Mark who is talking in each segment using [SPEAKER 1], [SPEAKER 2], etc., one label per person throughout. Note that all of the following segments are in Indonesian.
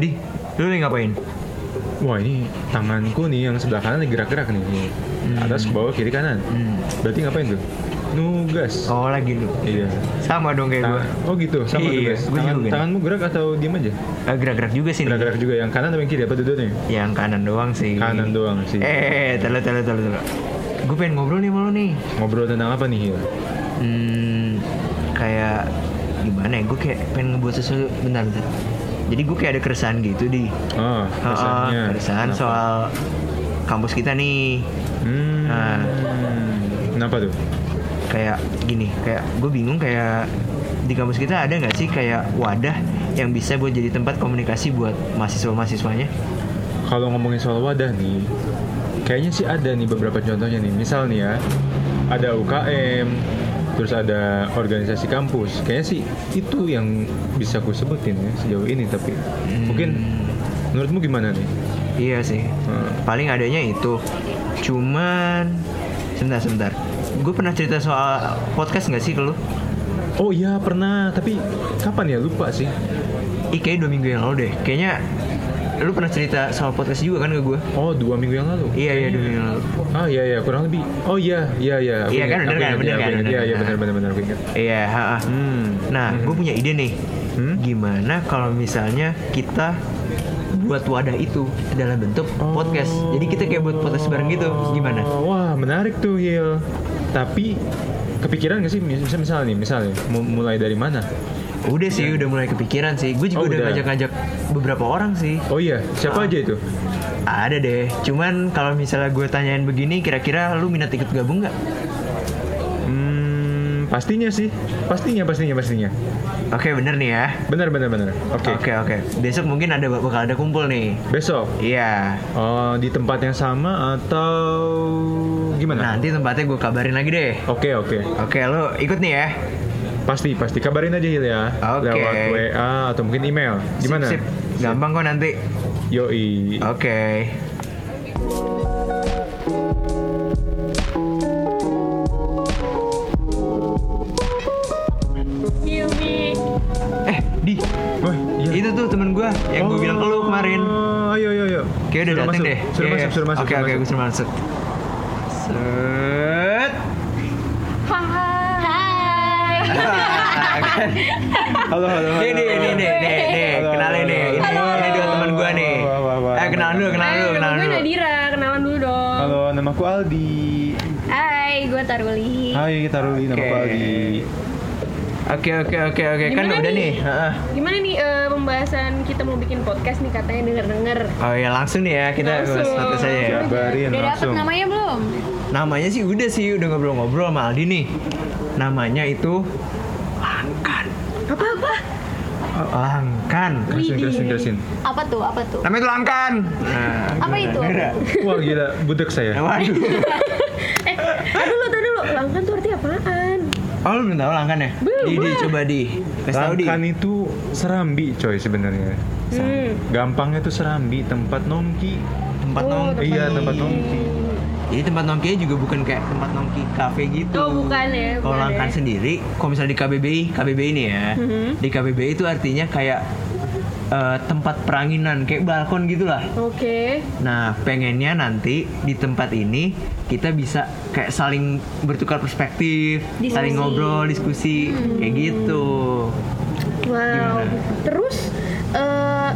[SPEAKER 1] Lu nih ngapain?
[SPEAKER 2] Wah ini tanganku nih yang sebelah kanan nih gerak-gerak nih.
[SPEAKER 1] Hmm.
[SPEAKER 2] Atas ke bawah kiri kanan. Berarti ngapain tuh? Nugas.
[SPEAKER 1] Oh lagi lu.
[SPEAKER 2] Iya.
[SPEAKER 1] Sama dong kayak gue.
[SPEAKER 2] Tangan- oh gitu, sama
[SPEAKER 1] Iya,
[SPEAKER 2] nugas.
[SPEAKER 1] gua
[SPEAKER 2] Tangan,
[SPEAKER 1] juga.
[SPEAKER 2] tanganmu gerak atau diem aja?
[SPEAKER 1] Eh, Gerak-gerak juga sih nih.
[SPEAKER 2] Nah. Gerak-gerak juga yang kanan atau yang kiri apa duduknya?
[SPEAKER 1] Yang kanan doang sih.
[SPEAKER 2] Kanan doang sih.
[SPEAKER 1] Eh, telo telo telo telo. Gue pengen ngobrol nih sama lu nih.
[SPEAKER 2] Ngobrol tentang apa nih? Hil? Oh,
[SPEAKER 1] Hmm, kayak gimana ya? Gue kayak pengen ngebuat sesuatu bentar bentar. Jadi gue kayak ada keresahan gitu di.
[SPEAKER 2] Oh, kesannya.
[SPEAKER 1] Ah, keresahan
[SPEAKER 2] Kenapa?
[SPEAKER 1] soal kampus kita nih.
[SPEAKER 2] Hmm.
[SPEAKER 1] Nah.
[SPEAKER 2] Kenapa tuh?
[SPEAKER 1] Kayak gini, kayak gue bingung kayak di kampus kita ada nggak sih kayak wadah yang bisa buat jadi tempat komunikasi buat mahasiswa-mahasiswanya?
[SPEAKER 2] Kalau ngomongin soal wadah nih, kayaknya sih ada nih beberapa contohnya nih. Misal nih ya, ada UKM, terus ada organisasi kampus. Kayaknya sih itu yang bisa ku sebutin ya sejauh ini. Tapi
[SPEAKER 1] Hmm.
[SPEAKER 2] mungkin menurutmu gimana nih?
[SPEAKER 1] Iya sih.
[SPEAKER 2] Hmm.
[SPEAKER 1] Paling adanya itu. Cuman sebentar sebentar. Gue pernah cerita soal podcast nggak sih ke lu?
[SPEAKER 2] Oh iya pernah, tapi kapan ya lupa sih.
[SPEAKER 1] Ih kayaknya dua minggu yang lalu deh. Kayaknya lu pernah cerita soal podcast juga kan ke gue?
[SPEAKER 2] Oh dua minggu yang lalu.
[SPEAKER 1] Iya iya
[SPEAKER 2] Kayaknya.
[SPEAKER 1] dua minggu yang lalu.
[SPEAKER 2] Ah iya iya kurang lebih. Oh iya iya iya. Aku
[SPEAKER 1] Iya, kan, bener
[SPEAKER 2] ingat, aku
[SPEAKER 1] kan,
[SPEAKER 2] ingat,
[SPEAKER 1] bener
[SPEAKER 2] aku
[SPEAKER 1] kan,
[SPEAKER 2] ingat. Iya
[SPEAKER 1] bener
[SPEAKER 2] iya
[SPEAKER 1] kan.
[SPEAKER 2] benar benar benar aku ingat.
[SPEAKER 1] Iya. ha, ha.
[SPEAKER 2] Hmm.
[SPEAKER 1] Nah, gue punya ide nih.
[SPEAKER 2] Hmm?
[SPEAKER 1] Gimana kalau misalnya kita buat wadah itu dalam bentuk podcast? Jadi kita kayak buat podcast bareng gitu. Gimana?
[SPEAKER 2] Oh, Wah menarik tuh Hil. Tapi kepikiran gak sih mis- misal misal nih misalnya mu- mulai dari mana?
[SPEAKER 1] Udah sih, udah mulai kepikiran sih. Gue juga
[SPEAKER 2] Oh,
[SPEAKER 1] Iya. udah
[SPEAKER 2] udah.
[SPEAKER 1] ngajak-ngajak beberapa orang sih.
[SPEAKER 2] Oh iya siapa aja itu?
[SPEAKER 1] Ada deh. Cuman kalau misalnya gue tanyain begini, kira-kira lu minat ikut gabung nggak?
[SPEAKER 2] Hmm pastinya sih pastinya pastinya pastinya.
[SPEAKER 1] Oke, bener nih ya.
[SPEAKER 2] Benar benar benar. Oke.
[SPEAKER 1] Oke, oke. Besok mungkin ada bakal ada kumpul nih.
[SPEAKER 2] Besok
[SPEAKER 1] Iya.
[SPEAKER 2] eh, di tempat yang sama atau gimana?
[SPEAKER 1] Nanti tempatnya gue kabarin lagi deh.
[SPEAKER 2] Oke oke.
[SPEAKER 1] Oke, lu ikut nih ya.
[SPEAKER 2] Pasti pasti kabarin aja Hil ya.
[SPEAKER 1] Oke.
[SPEAKER 2] Lewat WA atau mungkin email. Gimana?
[SPEAKER 1] Sip, Oh. sip. Gampang kok nanti.
[SPEAKER 2] Yoi.
[SPEAKER 1] Oke. Eh, Di,
[SPEAKER 2] Wah, iya.
[SPEAKER 1] itu tuh temen gue yang gue bilang ke lu kemarin.
[SPEAKER 2] Oh, Ayo, ayo, ayo.
[SPEAKER 1] Kayak udah
[SPEAKER 2] Suruh
[SPEAKER 1] dateng
[SPEAKER 2] masuk,
[SPEAKER 1] deh.
[SPEAKER 2] Suruh
[SPEAKER 1] Iya,
[SPEAKER 2] masuk,
[SPEAKER 1] iya.
[SPEAKER 2] suruh masuk.
[SPEAKER 1] Oke, oke,
[SPEAKER 2] suruh masuk.
[SPEAKER 1] gue suruh masuk. Set.
[SPEAKER 3] Hai.
[SPEAKER 2] Halo, halo, halo.
[SPEAKER 1] Ini, ini, ini, ini, ini, ini.
[SPEAKER 2] Halo,
[SPEAKER 1] Kenalin
[SPEAKER 2] halo,
[SPEAKER 1] nih. Ini,
[SPEAKER 2] halo.
[SPEAKER 1] ini dua temen gue nih.
[SPEAKER 2] Wah, wah, wah.
[SPEAKER 1] Eh, kenalan dulu, kenalan dulu,
[SPEAKER 3] Hai,
[SPEAKER 1] kenalan
[SPEAKER 3] nama gue
[SPEAKER 1] dulu.
[SPEAKER 3] Nadira, kenalan dulu dong.
[SPEAKER 2] Halo, nama aku Aldi.
[SPEAKER 3] Hai, gue Taruli.
[SPEAKER 2] Hai, kita Ruli, nama aku
[SPEAKER 1] Oke.
[SPEAKER 2] Aldi.
[SPEAKER 1] Oke, oke, oke, oke. Kan
[SPEAKER 3] Gimana
[SPEAKER 1] udah
[SPEAKER 3] nih?
[SPEAKER 1] nih. heeh.
[SPEAKER 3] Gimana nih eh, pembahasan kita mau bikin podcast nih katanya denger-denger.
[SPEAKER 1] Oh ya langsung nih ya kita
[SPEAKER 3] Langsung.
[SPEAKER 1] satu saja ya.
[SPEAKER 2] Kabarin
[SPEAKER 4] Udah dapet
[SPEAKER 2] langsung.
[SPEAKER 4] namanya belum?
[SPEAKER 1] Namanya sih udah sih udah ngobrol-ngobrol sama Aldi nih. Namanya itu Langkan. Apa apa? Langkan.
[SPEAKER 2] Kerasin, kerasin, kerasin.
[SPEAKER 4] Apa tuh? Apa tuh?
[SPEAKER 1] Namanya itu Langkan. Nah,
[SPEAKER 4] Apa
[SPEAKER 1] gimana?
[SPEAKER 4] itu?
[SPEAKER 1] Beda.
[SPEAKER 2] Wah, gila, budek saya.
[SPEAKER 1] Nah, Waduh.
[SPEAKER 3] Eh, tahan dulu, tahan dulu. Langkan tuh arti apaan?
[SPEAKER 1] Oh lu belum tahu Langkan ya?
[SPEAKER 3] Belum,
[SPEAKER 1] Di, di,
[SPEAKER 3] gua.
[SPEAKER 1] coba di. Kasih tahu di.
[SPEAKER 2] Langkan itu serambi, coy, sebenarnya.
[SPEAKER 3] Hmm.
[SPEAKER 2] Gampangnya tuh serambi, tempat nongki.
[SPEAKER 1] Tempat
[SPEAKER 3] Oh,
[SPEAKER 1] nongki.
[SPEAKER 3] tempat
[SPEAKER 2] Iya, tempat nongki.
[SPEAKER 1] Jadi tempat nongkinya juga bukan kayak tempat nongki kafe gitu.
[SPEAKER 3] Oh, bukan ya,
[SPEAKER 1] Kalau
[SPEAKER 3] bukan
[SPEAKER 1] langkan
[SPEAKER 3] ya.
[SPEAKER 1] sendiri, kalau misalnya di KBBI, KBBI ini ya,
[SPEAKER 3] Mhm.
[SPEAKER 1] di KBBI itu artinya kayak eh, tempat peranginan, kayak balkon gitulah.
[SPEAKER 3] Oke.
[SPEAKER 1] Nah, pengennya nanti di tempat ini kita bisa kayak saling bertukar perspektif, saling ngobrol, diskusi,
[SPEAKER 3] Mm-hmm.
[SPEAKER 1] kayak gitu.
[SPEAKER 3] Wow. Terus eh,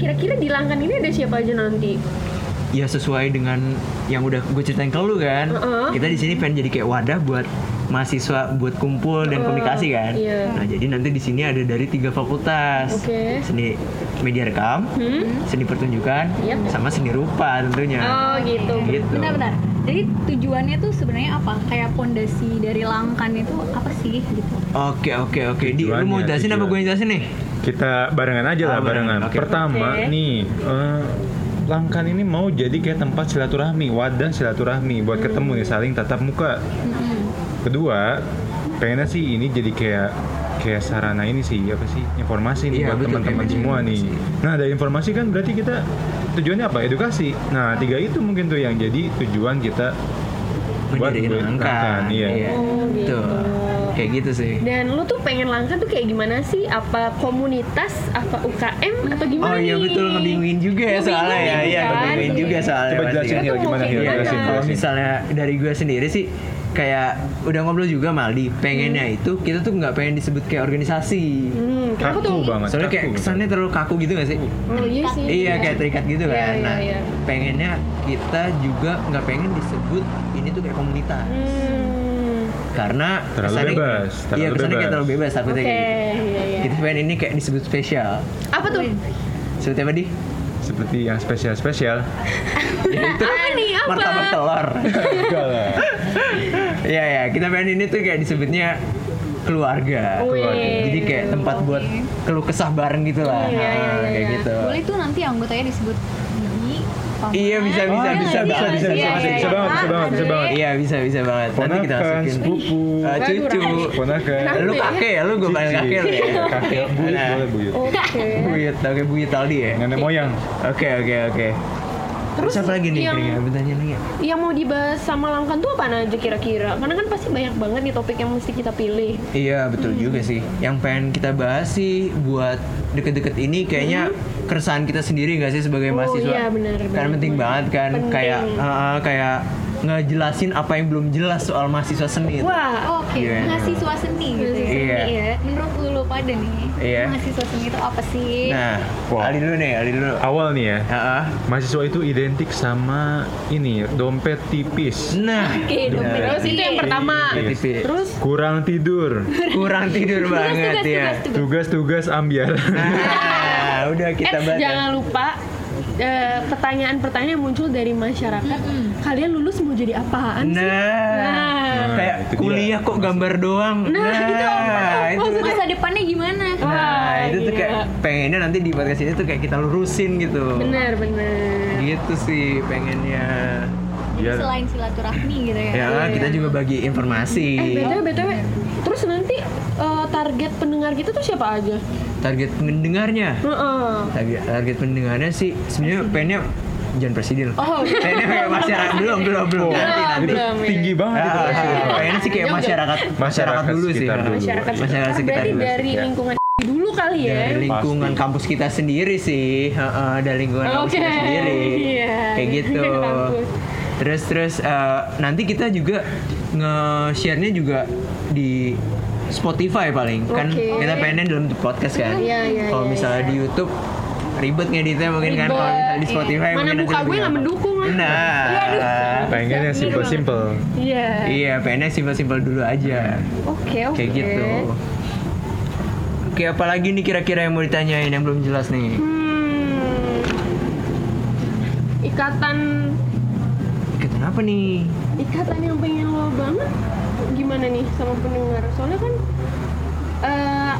[SPEAKER 3] kira-kira di langkan ini ada siapa aja nanti?
[SPEAKER 1] Ya sesuai dengan yang udah gue ceritain ke lu kan,
[SPEAKER 3] Heeh.
[SPEAKER 1] kita di sini pengen jadi kayak wadah buat mahasiswa buat kumpul dan
[SPEAKER 3] Heeh,
[SPEAKER 1] komunikasi kan.
[SPEAKER 3] iya.
[SPEAKER 1] Nah jadi nanti di sini ada dari tiga fakultas,
[SPEAKER 3] Oke.
[SPEAKER 1] seni media rekam,
[SPEAKER 3] Hmm?
[SPEAKER 1] seni pertunjukan,
[SPEAKER 3] Yap.
[SPEAKER 1] sama seni rupa tentunya.
[SPEAKER 3] Oh, gitu.
[SPEAKER 1] Gitu.
[SPEAKER 4] Bentar-bentar. Jadi tujuannya tuh sebenarnya apa? Kayak pondasi dari langkan itu apa sih gitu?
[SPEAKER 1] Oke oke oke. Di lu mau
[SPEAKER 2] Tujuannya,
[SPEAKER 1] jelasin apa
[SPEAKER 2] tujuan.
[SPEAKER 1] gue yang jelasin nih?
[SPEAKER 2] Kita barengan aja lah,
[SPEAKER 1] Ah, barengan.
[SPEAKER 2] barengan.
[SPEAKER 1] Oke.
[SPEAKER 2] Pertama
[SPEAKER 3] Oke.
[SPEAKER 2] nih, eh, Langkan ini mau jadi kayak tempat silaturahmi, wadah silaturahmi buat
[SPEAKER 3] Hmm.
[SPEAKER 2] ketemu nih saling tatap muka. Kedua, pengennya sih ini jadi kayak kayak sarana ini sih apa sih informasi
[SPEAKER 1] Iya,
[SPEAKER 2] nih buat
[SPEAKER 1] betul,
[SPEAKER 2] teman-teman
[SPEAKER 1] kayak
[SPEAKER 2] semua nih.
[SPEAKER 1] informasi.
[SPEAKER 2] Nah, dari informasi kan berarti kita tujuannya apa? Edukasi. Nah, tiga itu mungkin tuh yang jadi tujuan kita buat
[SPEAKER 1] mendirikan
[SPEAKER 2] buat
[SPEAKER 1] langkah.
[SPEAKER 2] langkah, iya.
[SPEAKER 3] Oh, gitu.
[SPEAKER 1] Tuh. Kayak gitu sih.
[SPEAKER 3] Dan lu tuh pengen langkah tuh kayak gimana sih? Apa komunitas, apa UKM atau
[SPEAKER 1] Oh
[SPEAKER 3] gimana
[SPEAKER 1] iya
[SPEAKER 3] nih?
[SPEAKER 1] betul ngebingungin juga ya
[SPEAKER 3] Ngebingungin
[SPEAKER 1] soalnya ya, iya
[SPEAKER 3] kan?
[SPEAKER 1] ngebingungin juga soalnya.
[SPEAKER 2] Coba
[SPEAKER 1] pasti
[SPEAKER 2] jelasin
[SPEAKER 1] kan.
[SPEAKER 2] Hil,
[SPEAKER 3] Itu
[SPEAKER 2] gimana Hil,
[SPEAKER 3] mungkin
[SPEAKER 2] jelasin,
[SPEAKER 3] aja.
[SPEAKER 1] Kalau
[SPEAKER 2] jelasin.
[SPEAKER 1] misalnya dari gue sendiri sih kayak udah ngobrol juga Maldi, pengennya itu kita tuh nggak pengen disebut kayak organisasi.
[SPEAKER 3] Hmm, kenapa
[SPEAKER 2] Kaku
[SPEAKER 3] tuh?
[SPEAKER 2] banget.
[SPEAKER 1] Soalnya kayak
[SPEAKER 2] kaku.
[SPEAKER 1] kesannya terlalu kaku gitu gak sih?
[SPEAKER 3] Oh iya sih.
[SPEAKER 1] Iya kayak terikat gitu
[SPEAKER 3] Iya,
[SPEAKER 1] kan.
[SPEAKER 3] iya,
[SPEAKER 1] Nah,
[SPEAKER 3] iya.
[SPEAKER 1] pengennya kita juga nggak pengen disebut ini tuh kayak komunitas.
[SPEAKER 3] Hmm.
[SPEAKER 1] Karena
[SPEAKER 2] Terlalu
[SPEAKER 1] kesannya-
[SPEAKER 2] bebas, terlalu
[SPEAKER 1] iya, kesannya kayak
[SPEAKER 2] bebas.
[SPEAKER 1] terlalu bebas
[SPEAKER 3] Oke,
[SPEAKER 1] takutnya kayak gitu.
[SPEAKER 3] iya iya.
[SPEAKER 1] Kita pengen ini kayak disebut spesial.
[SPEAKER 3] Apa tuh?
[SPEAKER 1] Seperti apa di?
[SPEAKER 2] Seperti yang spesial-spesial.
[SPEAKER 1] Ya itu
[SPEAKER 3] Apa nih? Apa?
[SPEAKER 1] martabak telur.
[SPEAKER 2] Enggak lah.
[SPEAKER 1] Iya ya, kita pengen ini tuh kayak disebutnya keluarga.
[SPEAKER 3] Wih.
[SPEAKER 1] Jadi kayak tempat buat keluh kesah bareng gitu lah.
[SPEAKER 3] Iya, iya,
[SPEAKER 1] Nah,
[SPEAKER 3] iya,
[SPEAKER 1] kayak
[SPEAKER 3] iya.
[SPEAKER 1] gitu.
[SPEAKER 4] Boleh tuh nanti anggotanya disebut Didi, Paman.
[SPEAKER 1] Iya, bisa, bisa,
[SPEAKER 4] Iya
[SPEAKER 1] bisa,
[SPEAKER 4] nggak sih?
[SPEAKER 1] bisa, bisa,
[SPEAKER 4] Iya,
[SPEAKER 1] bisa, bisa
[SPEAKER 4] iya, iya.
[SPEAKER 2] banget, bisa banget, bisa
[SPEAKER 4] Andre.
[SPEAKER 2] banget.
[SPEAKER 1] Iya bisa bisa banget. Nanti kita
[SPEAKER 2] Ponakan,
[SPEAKER 1] masukin.
[SPEAKER 2] sepupu.
[SPEAKER 1] Eh, cucu.
[SPEAKER 2] Ponakan.
[SPEAKER 1] Eh, Lu kakek ya, lu gue panggil
[SPEAKER 2] Cici.
[SPEAKER 1] kakek lu ya.
[SPEAKER 2] Kakek
[SPEAKER 1] Nah,
[SPEAKER 2] buyut Iya, boleh buyut.
[SPEAKER 3] Oke.
[SPEAKER 1] Buyut, oke buyut Aldi ya.
[SPEAKER 2] Nenek moyang.
[SPEAKER 1] Oke oke oke. Terus
[SPEAKER 3] Terus
[SPEAKER 1] apa lagi nih?
[SPEAKER 3] yang-
[SPEAKER 1] Kira-kira bertanya lagi. ya?
[SPEAKER 3] Yang mau dibahas sama Langkan tuh apaan aja kira-kira? Karena kan pasti banyak banget nih topik yang mesti kita pilih.
[SPEAKER 1] Iya betul
[SPEAKER 3] Hmm.
[SPEAKER 1] juga sih. Yang pengen kita bahas sih buat deket-deket ini kayaknya keresahan kita sendiri nggak sih sebagai
[SPEAKER 3] Hmm. Oh,
[SPEAKER 1] mahasiswa?
[SPEAKER 3] iya, benar,
[SPEAKER 1] Karena
[SPEAKER 3] benar,
[SPEAKER 1] penting
[SPEAKER 3] benar.
[SPEAKER 1] banget kan
[SPEAKER 3] Penting.
[SPEAKER 1] kayak eh, kayak ngejelasin apa yang belum jelas soal mahasiswa seni. itu.
[SPEAKER 3] Wah, oh,
[SPEAKER 4] Oh, Oke,
[SPEAKER 1] Iya.
[SPEAKER 4] mahasiswa seni gitu ya.
[SPEAKER 1] Iya.
[SPEAKER 4] Seni ya. Menurut lu pada nih,
[SPEAKER 1] Iya.
[SPEAKER 4] mahasiswa seni itu apa
[SPEAKER 3] iya.
[SPEAKER 4] sih?
[SPEAKER 1] Nah,
[SPEAKER 2] Wah.
[SPEAKER 1] Ali dulu nih, Ali dulu.
[SPEAKER 2] Awal nih ya.
[SPEAKER 1] Heeh.
[SPEAKER 2] Mahasiswa itu identik sama ini dompet tipis.
[SPEAKER 1] Nah,
[SPEAKER 4] Oke,
[SPEAKER 1] benar.
[SPEAKER 4] dompet.
[SPEAKER 3] terus itu yang pertama.
[SPEAKER 1] Iya. Tipis.
[SPEAKER 3] Terus
[SPEAKER 2] Kurang tidur.
[SPEAKER 1] kurang tidur banget
[SPEAKER 4] tugas,
[SPEAKER 1] ya.
[SPEAKER 4] tugas, tugas.
[SPEAKER 2] Tugas-tugas ambiar.
[SPEAKER 1] Nah, udah kita
[SPEAKER 3] Eh,
[SPEAKER 1] bahas.
[SPEAKER 3] jangan lupa eh, pertanyaan-pertanyaan yang muncul dari masyarakat.
[SPEAKER 4] Hmm.
[SPEAKER 3] Kalian lulus mau jadi apaan sih?
[SPEAKER 1] Nah,
[SPEAKER 3] Nah,
[SPEAKER 1] kayak
[SPEAKER 2] itu dia.
[SPEAKER 1] kuliah kok gambar doang.
[SPEAKER 3] Nah, itu apa?
[SPEAKER 1] itu
[SPEAKER 3] Maksudnya-
[SPEAKER 4] Masa depannya gimana?
[SPEAKER 1] Nah,
[SPEAKER 3] Wah,
[SPEAKER 1] itu tuh
[SPEAKER 3] gila.
[SPEAKER 1] kayak pengennya nanti di podcast ini tuh kayak kita lurusin gitu.
[SPEAKER 3] bener bener.
[SPEAKER 1] Gitu sih pengennya.
[SPEAKER 2] Biar
[SPEAKER 4] Selain silaturahmi gitu ya.
[SPEAKER 1] Iya. Ya, kita juga bagi informasi.
[SPEAKER 3] iya. Eh btw btw, terus nanti eh, target pendengar kita tuh siapa aja?
[SPEAKER 1] Target pendengarnya.
[SPEAKER 3] Heeh.
[SPEAKER 1] Target, target pendengarnya sih sebenarnya pengennya jangan presiden.
[SPEAKER 3] Oh,
[SPEAKER 1] Pengennya kayak masyarakat belum belum belum. Nanti
[SPEAKER 3] Belum,
[SPEAKER 1] nanti.
[SPEAKER 2] itu
[SPEAKER 3] belum, ya.
[SPEAKER 2] tinggi banget itu
[SPEAKER 1] Ah,
[SPEAKER 2] rasanya.
[SPEAKER 1] pengennya sih kayak
[SPEAKER 3] Jauh, jauh.
[SPEAKER 1] masyarakat masyarakat dulu sih.
[SPEAKER 2] sekitar dulu.
[SPEAKER 3] Masyarakat
[SPEAKER 2] Iya.
[SPEAKER 1] Masyarakat
[SPEAKER 3] sekitar.
[SPEAKER 1] sekitar
[SPEAKER 3] Berarti
[SPEAKER 1] dulu,
[SPEAKER 3] dari
[SPEAKER 2] ya.
[SPEAKER 3] lingkungan dulu kali ya.
[SPEAKER 1] dari lingkungan
[SPEAKER 2] Pasti.
[SPEAKER 1] kampus kita sendiri sih Heeh, dari lingkungan kampus
[SPEAKER 3] Oke,
[SPEAKER 1] kita sendiri
[SPEAKER 3] iya,
[SPEAKER 1] kayak
[SPEAKER 3] dari
[SPEAKER 1] gitu
[SPEAKER 3] lingkungan kampus.
[SPEAKER 1] terus terus eh, nanti kita juga nge-share-nya juga di Spotify paling kan
[SPEAKER 3] Oke.
[SPEAKER 1] kita pengen dalam podcast kan
[SPEAKER 3] Iya, iya,
[SPEAKER 1] kalau
[SPEAKER 3] iya,
[SPEAKER 1] misalnya di YouTube ribet ngeditnya mungkin kan kalau
[SPEAKER 3] Ribet,
[SPEAKER 1] misalnya di
[SPEAKER 4] iya.
[SPEAKER 1] Spotify
[SPEAKER 3] Mana
[SPEAKER 1] mungkin nanti
[SPEAKER 3] muka
[SPEAKER 1] lebih
[SPEAKER 3] gue nggak
[SPEAKER 1] gampang.
[SPEAKER 3] mendukung ah. Iya, lah.
[SPEAKER 1] nah
[SPEAKER 2] Pengen yang simple-simple.
[SPEAKER 3] Iya.
[SPEAKER 1] iya pengennya simpel-simpel dulu aja
[SPEAKER 3] Oke oke.
[SPEAKER 1] kayak gitu oke apalagi nih kira-kira yang mau ditanyain yang belum jelas nih
[SPEAKER 3] Hmm. Ikatan
[SPEAKER 1] Kenapa nih?
[SPEAKER 3] ikatan yang pengen lo banget gimana nih sama pendengar? Soalnya kan eh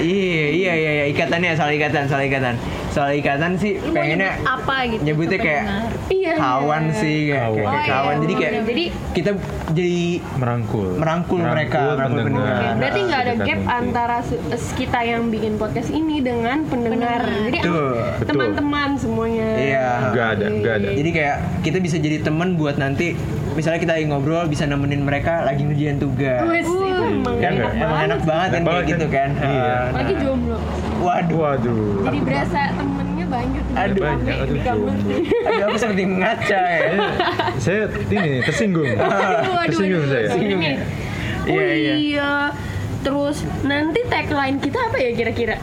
[SPEAKER 1] Iya, iya, iya, iya, ikatannya soal ikatan, soal ikatan, soal ikatan sih
[SPEAKER 4] Lu mau
[SPEAKER 1] pengennya
[SPEAKER 4] nyebut apa gitu? Oh,
[SPEAKER 1] nyebutnya
[SPEAKER 4] ke
[SPEAKER 1] kayak
[SPEAKER 4] pendengar?
[SPEAKER 3] iya.
[SPEAKER 1] kawan sih, kayak kayak-
[SPEAKER 2] Kawan.
[SPEAKER 1] kayak
[SPEAKER 4] iya,
[SPEAKER 1] kawan. Jadi kayak
[SPEAKER 3] Jadi
[SPEAKER 1] kita jadi
[SPEAKER 2] Merangkul.
[SPEAKER 1] Merangkul mereka, merangkul pendengar.
[SPEAKER 3] Berarti nggak ada
[SPEAKER 2] Sedekat
[SPEAKER 3] gap
[SPEAKER 2] Nah, mungkin.
[SPEAKER 3] antara se- es- kita yang bikin podcast ini dengan pendengar.
[SPEAKER 4] Pendengar.
[SPEAKER 3] Jadi
[SPEAKER 1] Betul,
[SPEAKER 3] emang
[SPEAKER 2] betul.
[SPEAKER 3] teman-teman semuanya.
[SPEAKER 1] Iya.
[SPEAKER 2] Nggak ada, nggak ada.
[SPEAKER 1] jadi kayak kita bisa jadi temen buat nanti misalnya kita lagi ngobrol bisa nemenin mereka lagi ngerjain
[SPEAKER 2] Iya.
[SPEAKER 1] tugas.
[SPEAKER 3] Wes, itu emang
[SPEAKER 1] Kan
[SPEAKER 3] enak
[SPEAKER 1] emang
[SPEAKER 3] banget.
[SPEAKER 1] enak banget kan
[SPEAKER 2] Enak
[SPEAKER 1] kayak
[SPEAKER 2] banget
[SPEAKER 1] gitu
[SPEAKER 2] kan?
[SPEAKER 1] kan.
[SPEAKER 2] Iya.
[SPEAKER 1] Ah,
[SPEAKER 3] Lagi jomblo.
[SPEAKER 1] Waduh,
[SPEAKER 2] Waduh.
[SPEAKER 3] Jadi berasa temennya banyak.
[SPEAKER 1] Aduh.
[SPEAKER 2] banyak aduh.
[SPEAKER 3] Digabung.
[SPEAKER 1] aduh aku seperti mengaca ya.
[SPEAKER 2] Saya, saya ini tersinggung. tersinggung saya.
[SPEAKER 1] Tersinggung ya?
[SPEAKER 3] Oh
[SPEAKER 1] Iya, iya.
[SPEAKER 3] iya. Terus nanti tagline kita apa ya kira-kira?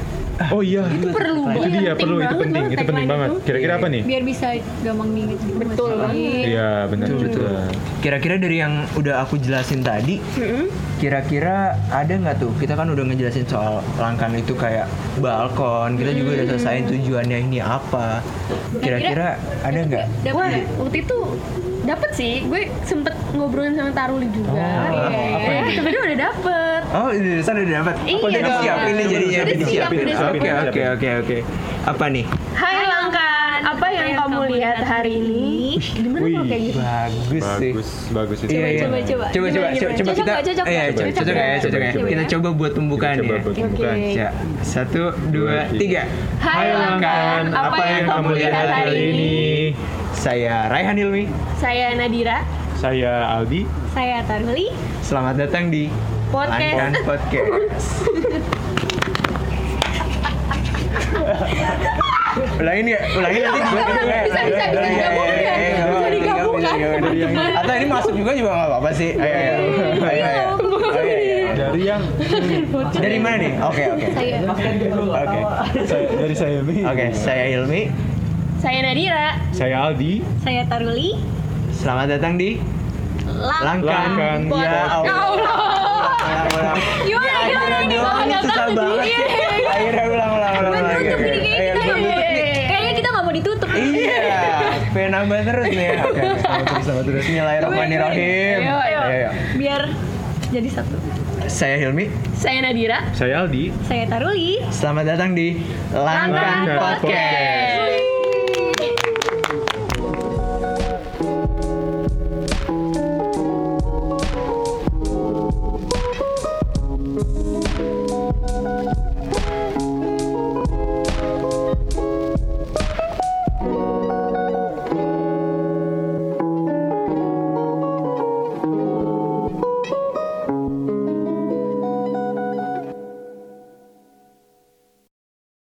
[SPEAKER 2] Oh iya.
[SPEAKER 3] Itu
[SPEAKER 1] Itu
[SPEAKER 3] perlu
[SPEAKER 2] Itu
[SPEAKER 3] banget.
[SPEAKER 2] dia perlu itu penting,
[SPEAKER 3] banget loh
[SPEAKER 2] itu penting
[SPEAKER 3] tagline
[SPEAKER 2] banget.
[SPEAKER 3] itu.
[SPEAKER 2] Kira-kira apa nih?
[SPEAKER 4] Biar bisa gampang diinget juga.
[SPEAKER 3] Betul banget.
[SPEAKER 2] Iya, benar
[SPEAKER 1] Betul, betul.
[SPEAKER 2] juga.
[SPEAKER 1] Kira-kira dari yang udah aku jelasin tadi,
[SPEAKER 3] Mm-mm.
[SPEAKER 1] kira-kira ada nggak tuh kita kan udah ngejelasin soal langkan itu kayak balkon kita juga udah selesaiin tujuannya ini apa kira-kira ada nggak
[SPEAKER 4] Dapat
[SPEAKER 3] Wah,
[SPEAKER 4] nggak?
[SPEAKER 3] waktu itu dapet sih. Gue sempet ngobrolin sama Taruli juga.
[SPEAKER 2] Oh,
[SPEAKER 3] Iya.
[SPEAKER 2] apa ini?
[SPEAKER 3] Sebenarnya udah dapet.
[SPEAKER 1] oh di sana udah dapat
[SPEAKER 3] Iya.
[SPEAKER 1] aku udah disiapin nih jadinya
[SPEAKER 2] Udah
[SPEAKER 1] udah
[SPEAKER 2] siap,
[SPEAKER 1] disiapin
[SPEAKER 2] udah siap.
[SPEAKER 1] oke oke oke oke apa nih
[SPEAKER 3] Hai Langkan, apa yang kamu kamu lihat hari ini. Wih, Gimana
[SPEAKER 2] Wih,
[SPEAKER 3] kalau kayak gitu?
[SPEAKER 1] bagus sih
[SPEAKER 2] bagus bagus itu
[SPEAKER 1] Iya, iya.
[SPEAKER 4] coba, coba.
[SPEAKER 1] coba coba coba
[SPEAKER 4] Gimana, gimana?
[SPEAKER 1] coba
[SPEAKER 4] Cocok
[SPEAKER 1] kita
[SPEAKER 4] nggak,
[SPEAKER 1] iya,
[SPEAKER 4] cocok nggak?
[SPEAKER 1] cocok
[SPEAKER 2] Cocok
[SPEAKER 1] ya
[SPEAKER 2] nggak?
[SPEAKER 1] cocok ya
[SPEAKER 2] Coba,
[SPEAKER 1] kita
[SPEAKER 4] coba.
[SPEAKER 1] coba buat
[SPEAKER 2] Kita
[SPEAKER 1] pembukaan
[SPEAKER 2] coba
[SPEAKER 1] ya
[SPEAKER 2] buat pembukaan.
[SPEAKER 3] Oke.
[SPEAKER 1] Ya, satu dua
[SPEAKER 2] tiga.
[SPEAKER 1] tiga
[SPEAKER 3] Hai, Langkan.
[SPEAKER 1] apa yang kamu lihat hari ini saya Raihan Ilmi
[SPEAKER 3] Saya Nadira.
[SPEAKER 2] Saya Aldi.
[SPEAKER 4] Saya Taruli.
[SPEAKER 1] selamat datang di
[SPEAKER 3] Podcast.
[SPEAKER 1] Langkon Podcast ulangin ya ulangin nanti
[SPEAKER 3] Bisa, bisa,
[SPEAKER 1] Eh,
[SPEAKER 3] bisa, bisa,
[SPEAKER 1] eh,
[SPEAKER 3] bisa
[SPEAKER 1] eh, eh,
[SPEAKER 3] digabungkan.
[SPEAKER 1] eh, nggak apa-apa,
[SPEAKER 3] Bisa digabungkan. Iya,
[SPEAKER 1] digabungkan, digabungkan. iya, atau ini masuk juga juga nggak apa-apa sih ayo ayo ayo ayo Ayo, ayo, ayo.
[SPEAKER 2] Dari yang
[SPEAKER 1] Dari mana nih? Oke, oke.
[SPEAKER 4] Saya
[SPEAKER 1] Oke.
[SPEAKER 2] saya, dari saya Mi.
[SPEAKER 1] Oke, saya Ilmi.
[SPEAKER 3] Saya Nadira.
[SPEAKER 2] Saya Aldi.
[SPEAKER 4] saya Taruli.
[SPEAKER 1] Selamat datang di
[SPEAKER 4] Lang.
[SPEAKER 1] Langkan.
[SPEAKER 2] Langkan.
[SPEAKER 1] Ya Allah. Ulang, ulang.
[SPEAKER 4] Gimana,
[SPEAKER 1] Ya,
[SPEAKER 4] gimana
[SPEAKER 1] akhirnya
[SPEAKER 4] ini?
[SPEAKER 1] doang,
[SPEAKER 4] Gua
[SPEAKER 1] ini
[SPEAKER 4] nggak
[SPEAKER 1] susah
[SPEAKER 4] tahu
[SPEAKER 1] banget.
[SPEAKER 4] sendiri.
[SPEAKER 1] Akhirnya ulang, ulang, ulang. ulang.
[SPEAKER 4] Menutup
[SPEAKER 1] Oke,
[SPEAKER 4] ini
[SPEAKER 1] oke.
[SPEAKER 4] kayaknya kita
[SPEAKER 1] Ayo,
[SPEAKER 4] nggak mau
[SPEAKER 1] menutup
[SPEAKER 4] ditutup.
[SPEAKER 1] nih.
[SPEAKER 3] ya.
[SPEAKER 4] Kayaknya kita nggak mau ditutup.
[SPEAKER 1] Iya, pengen nambah terus nih. Oke, oke, sama terus, sama terus. Bismillahirrahmanirrahim.
[SPEAKER 3] Ayo, ayo.
[SPEAKER 1] Ayo, ayo.
[SPEAKER 4] Biar jadi satu.
[SPEAKER 1] Saya Hilmi.
[SPEAKER 3] Saya Nadira.
[SPEAKER 2] Saya Aldi.
[SPEAKER 4] Saya Taruli.
[SPEAKER 1] Selamat datang di Langkan
[SPEAKER 2] Langkan
[SPEAKER 1] Podcast.
[SPEAKER 2] Podcast.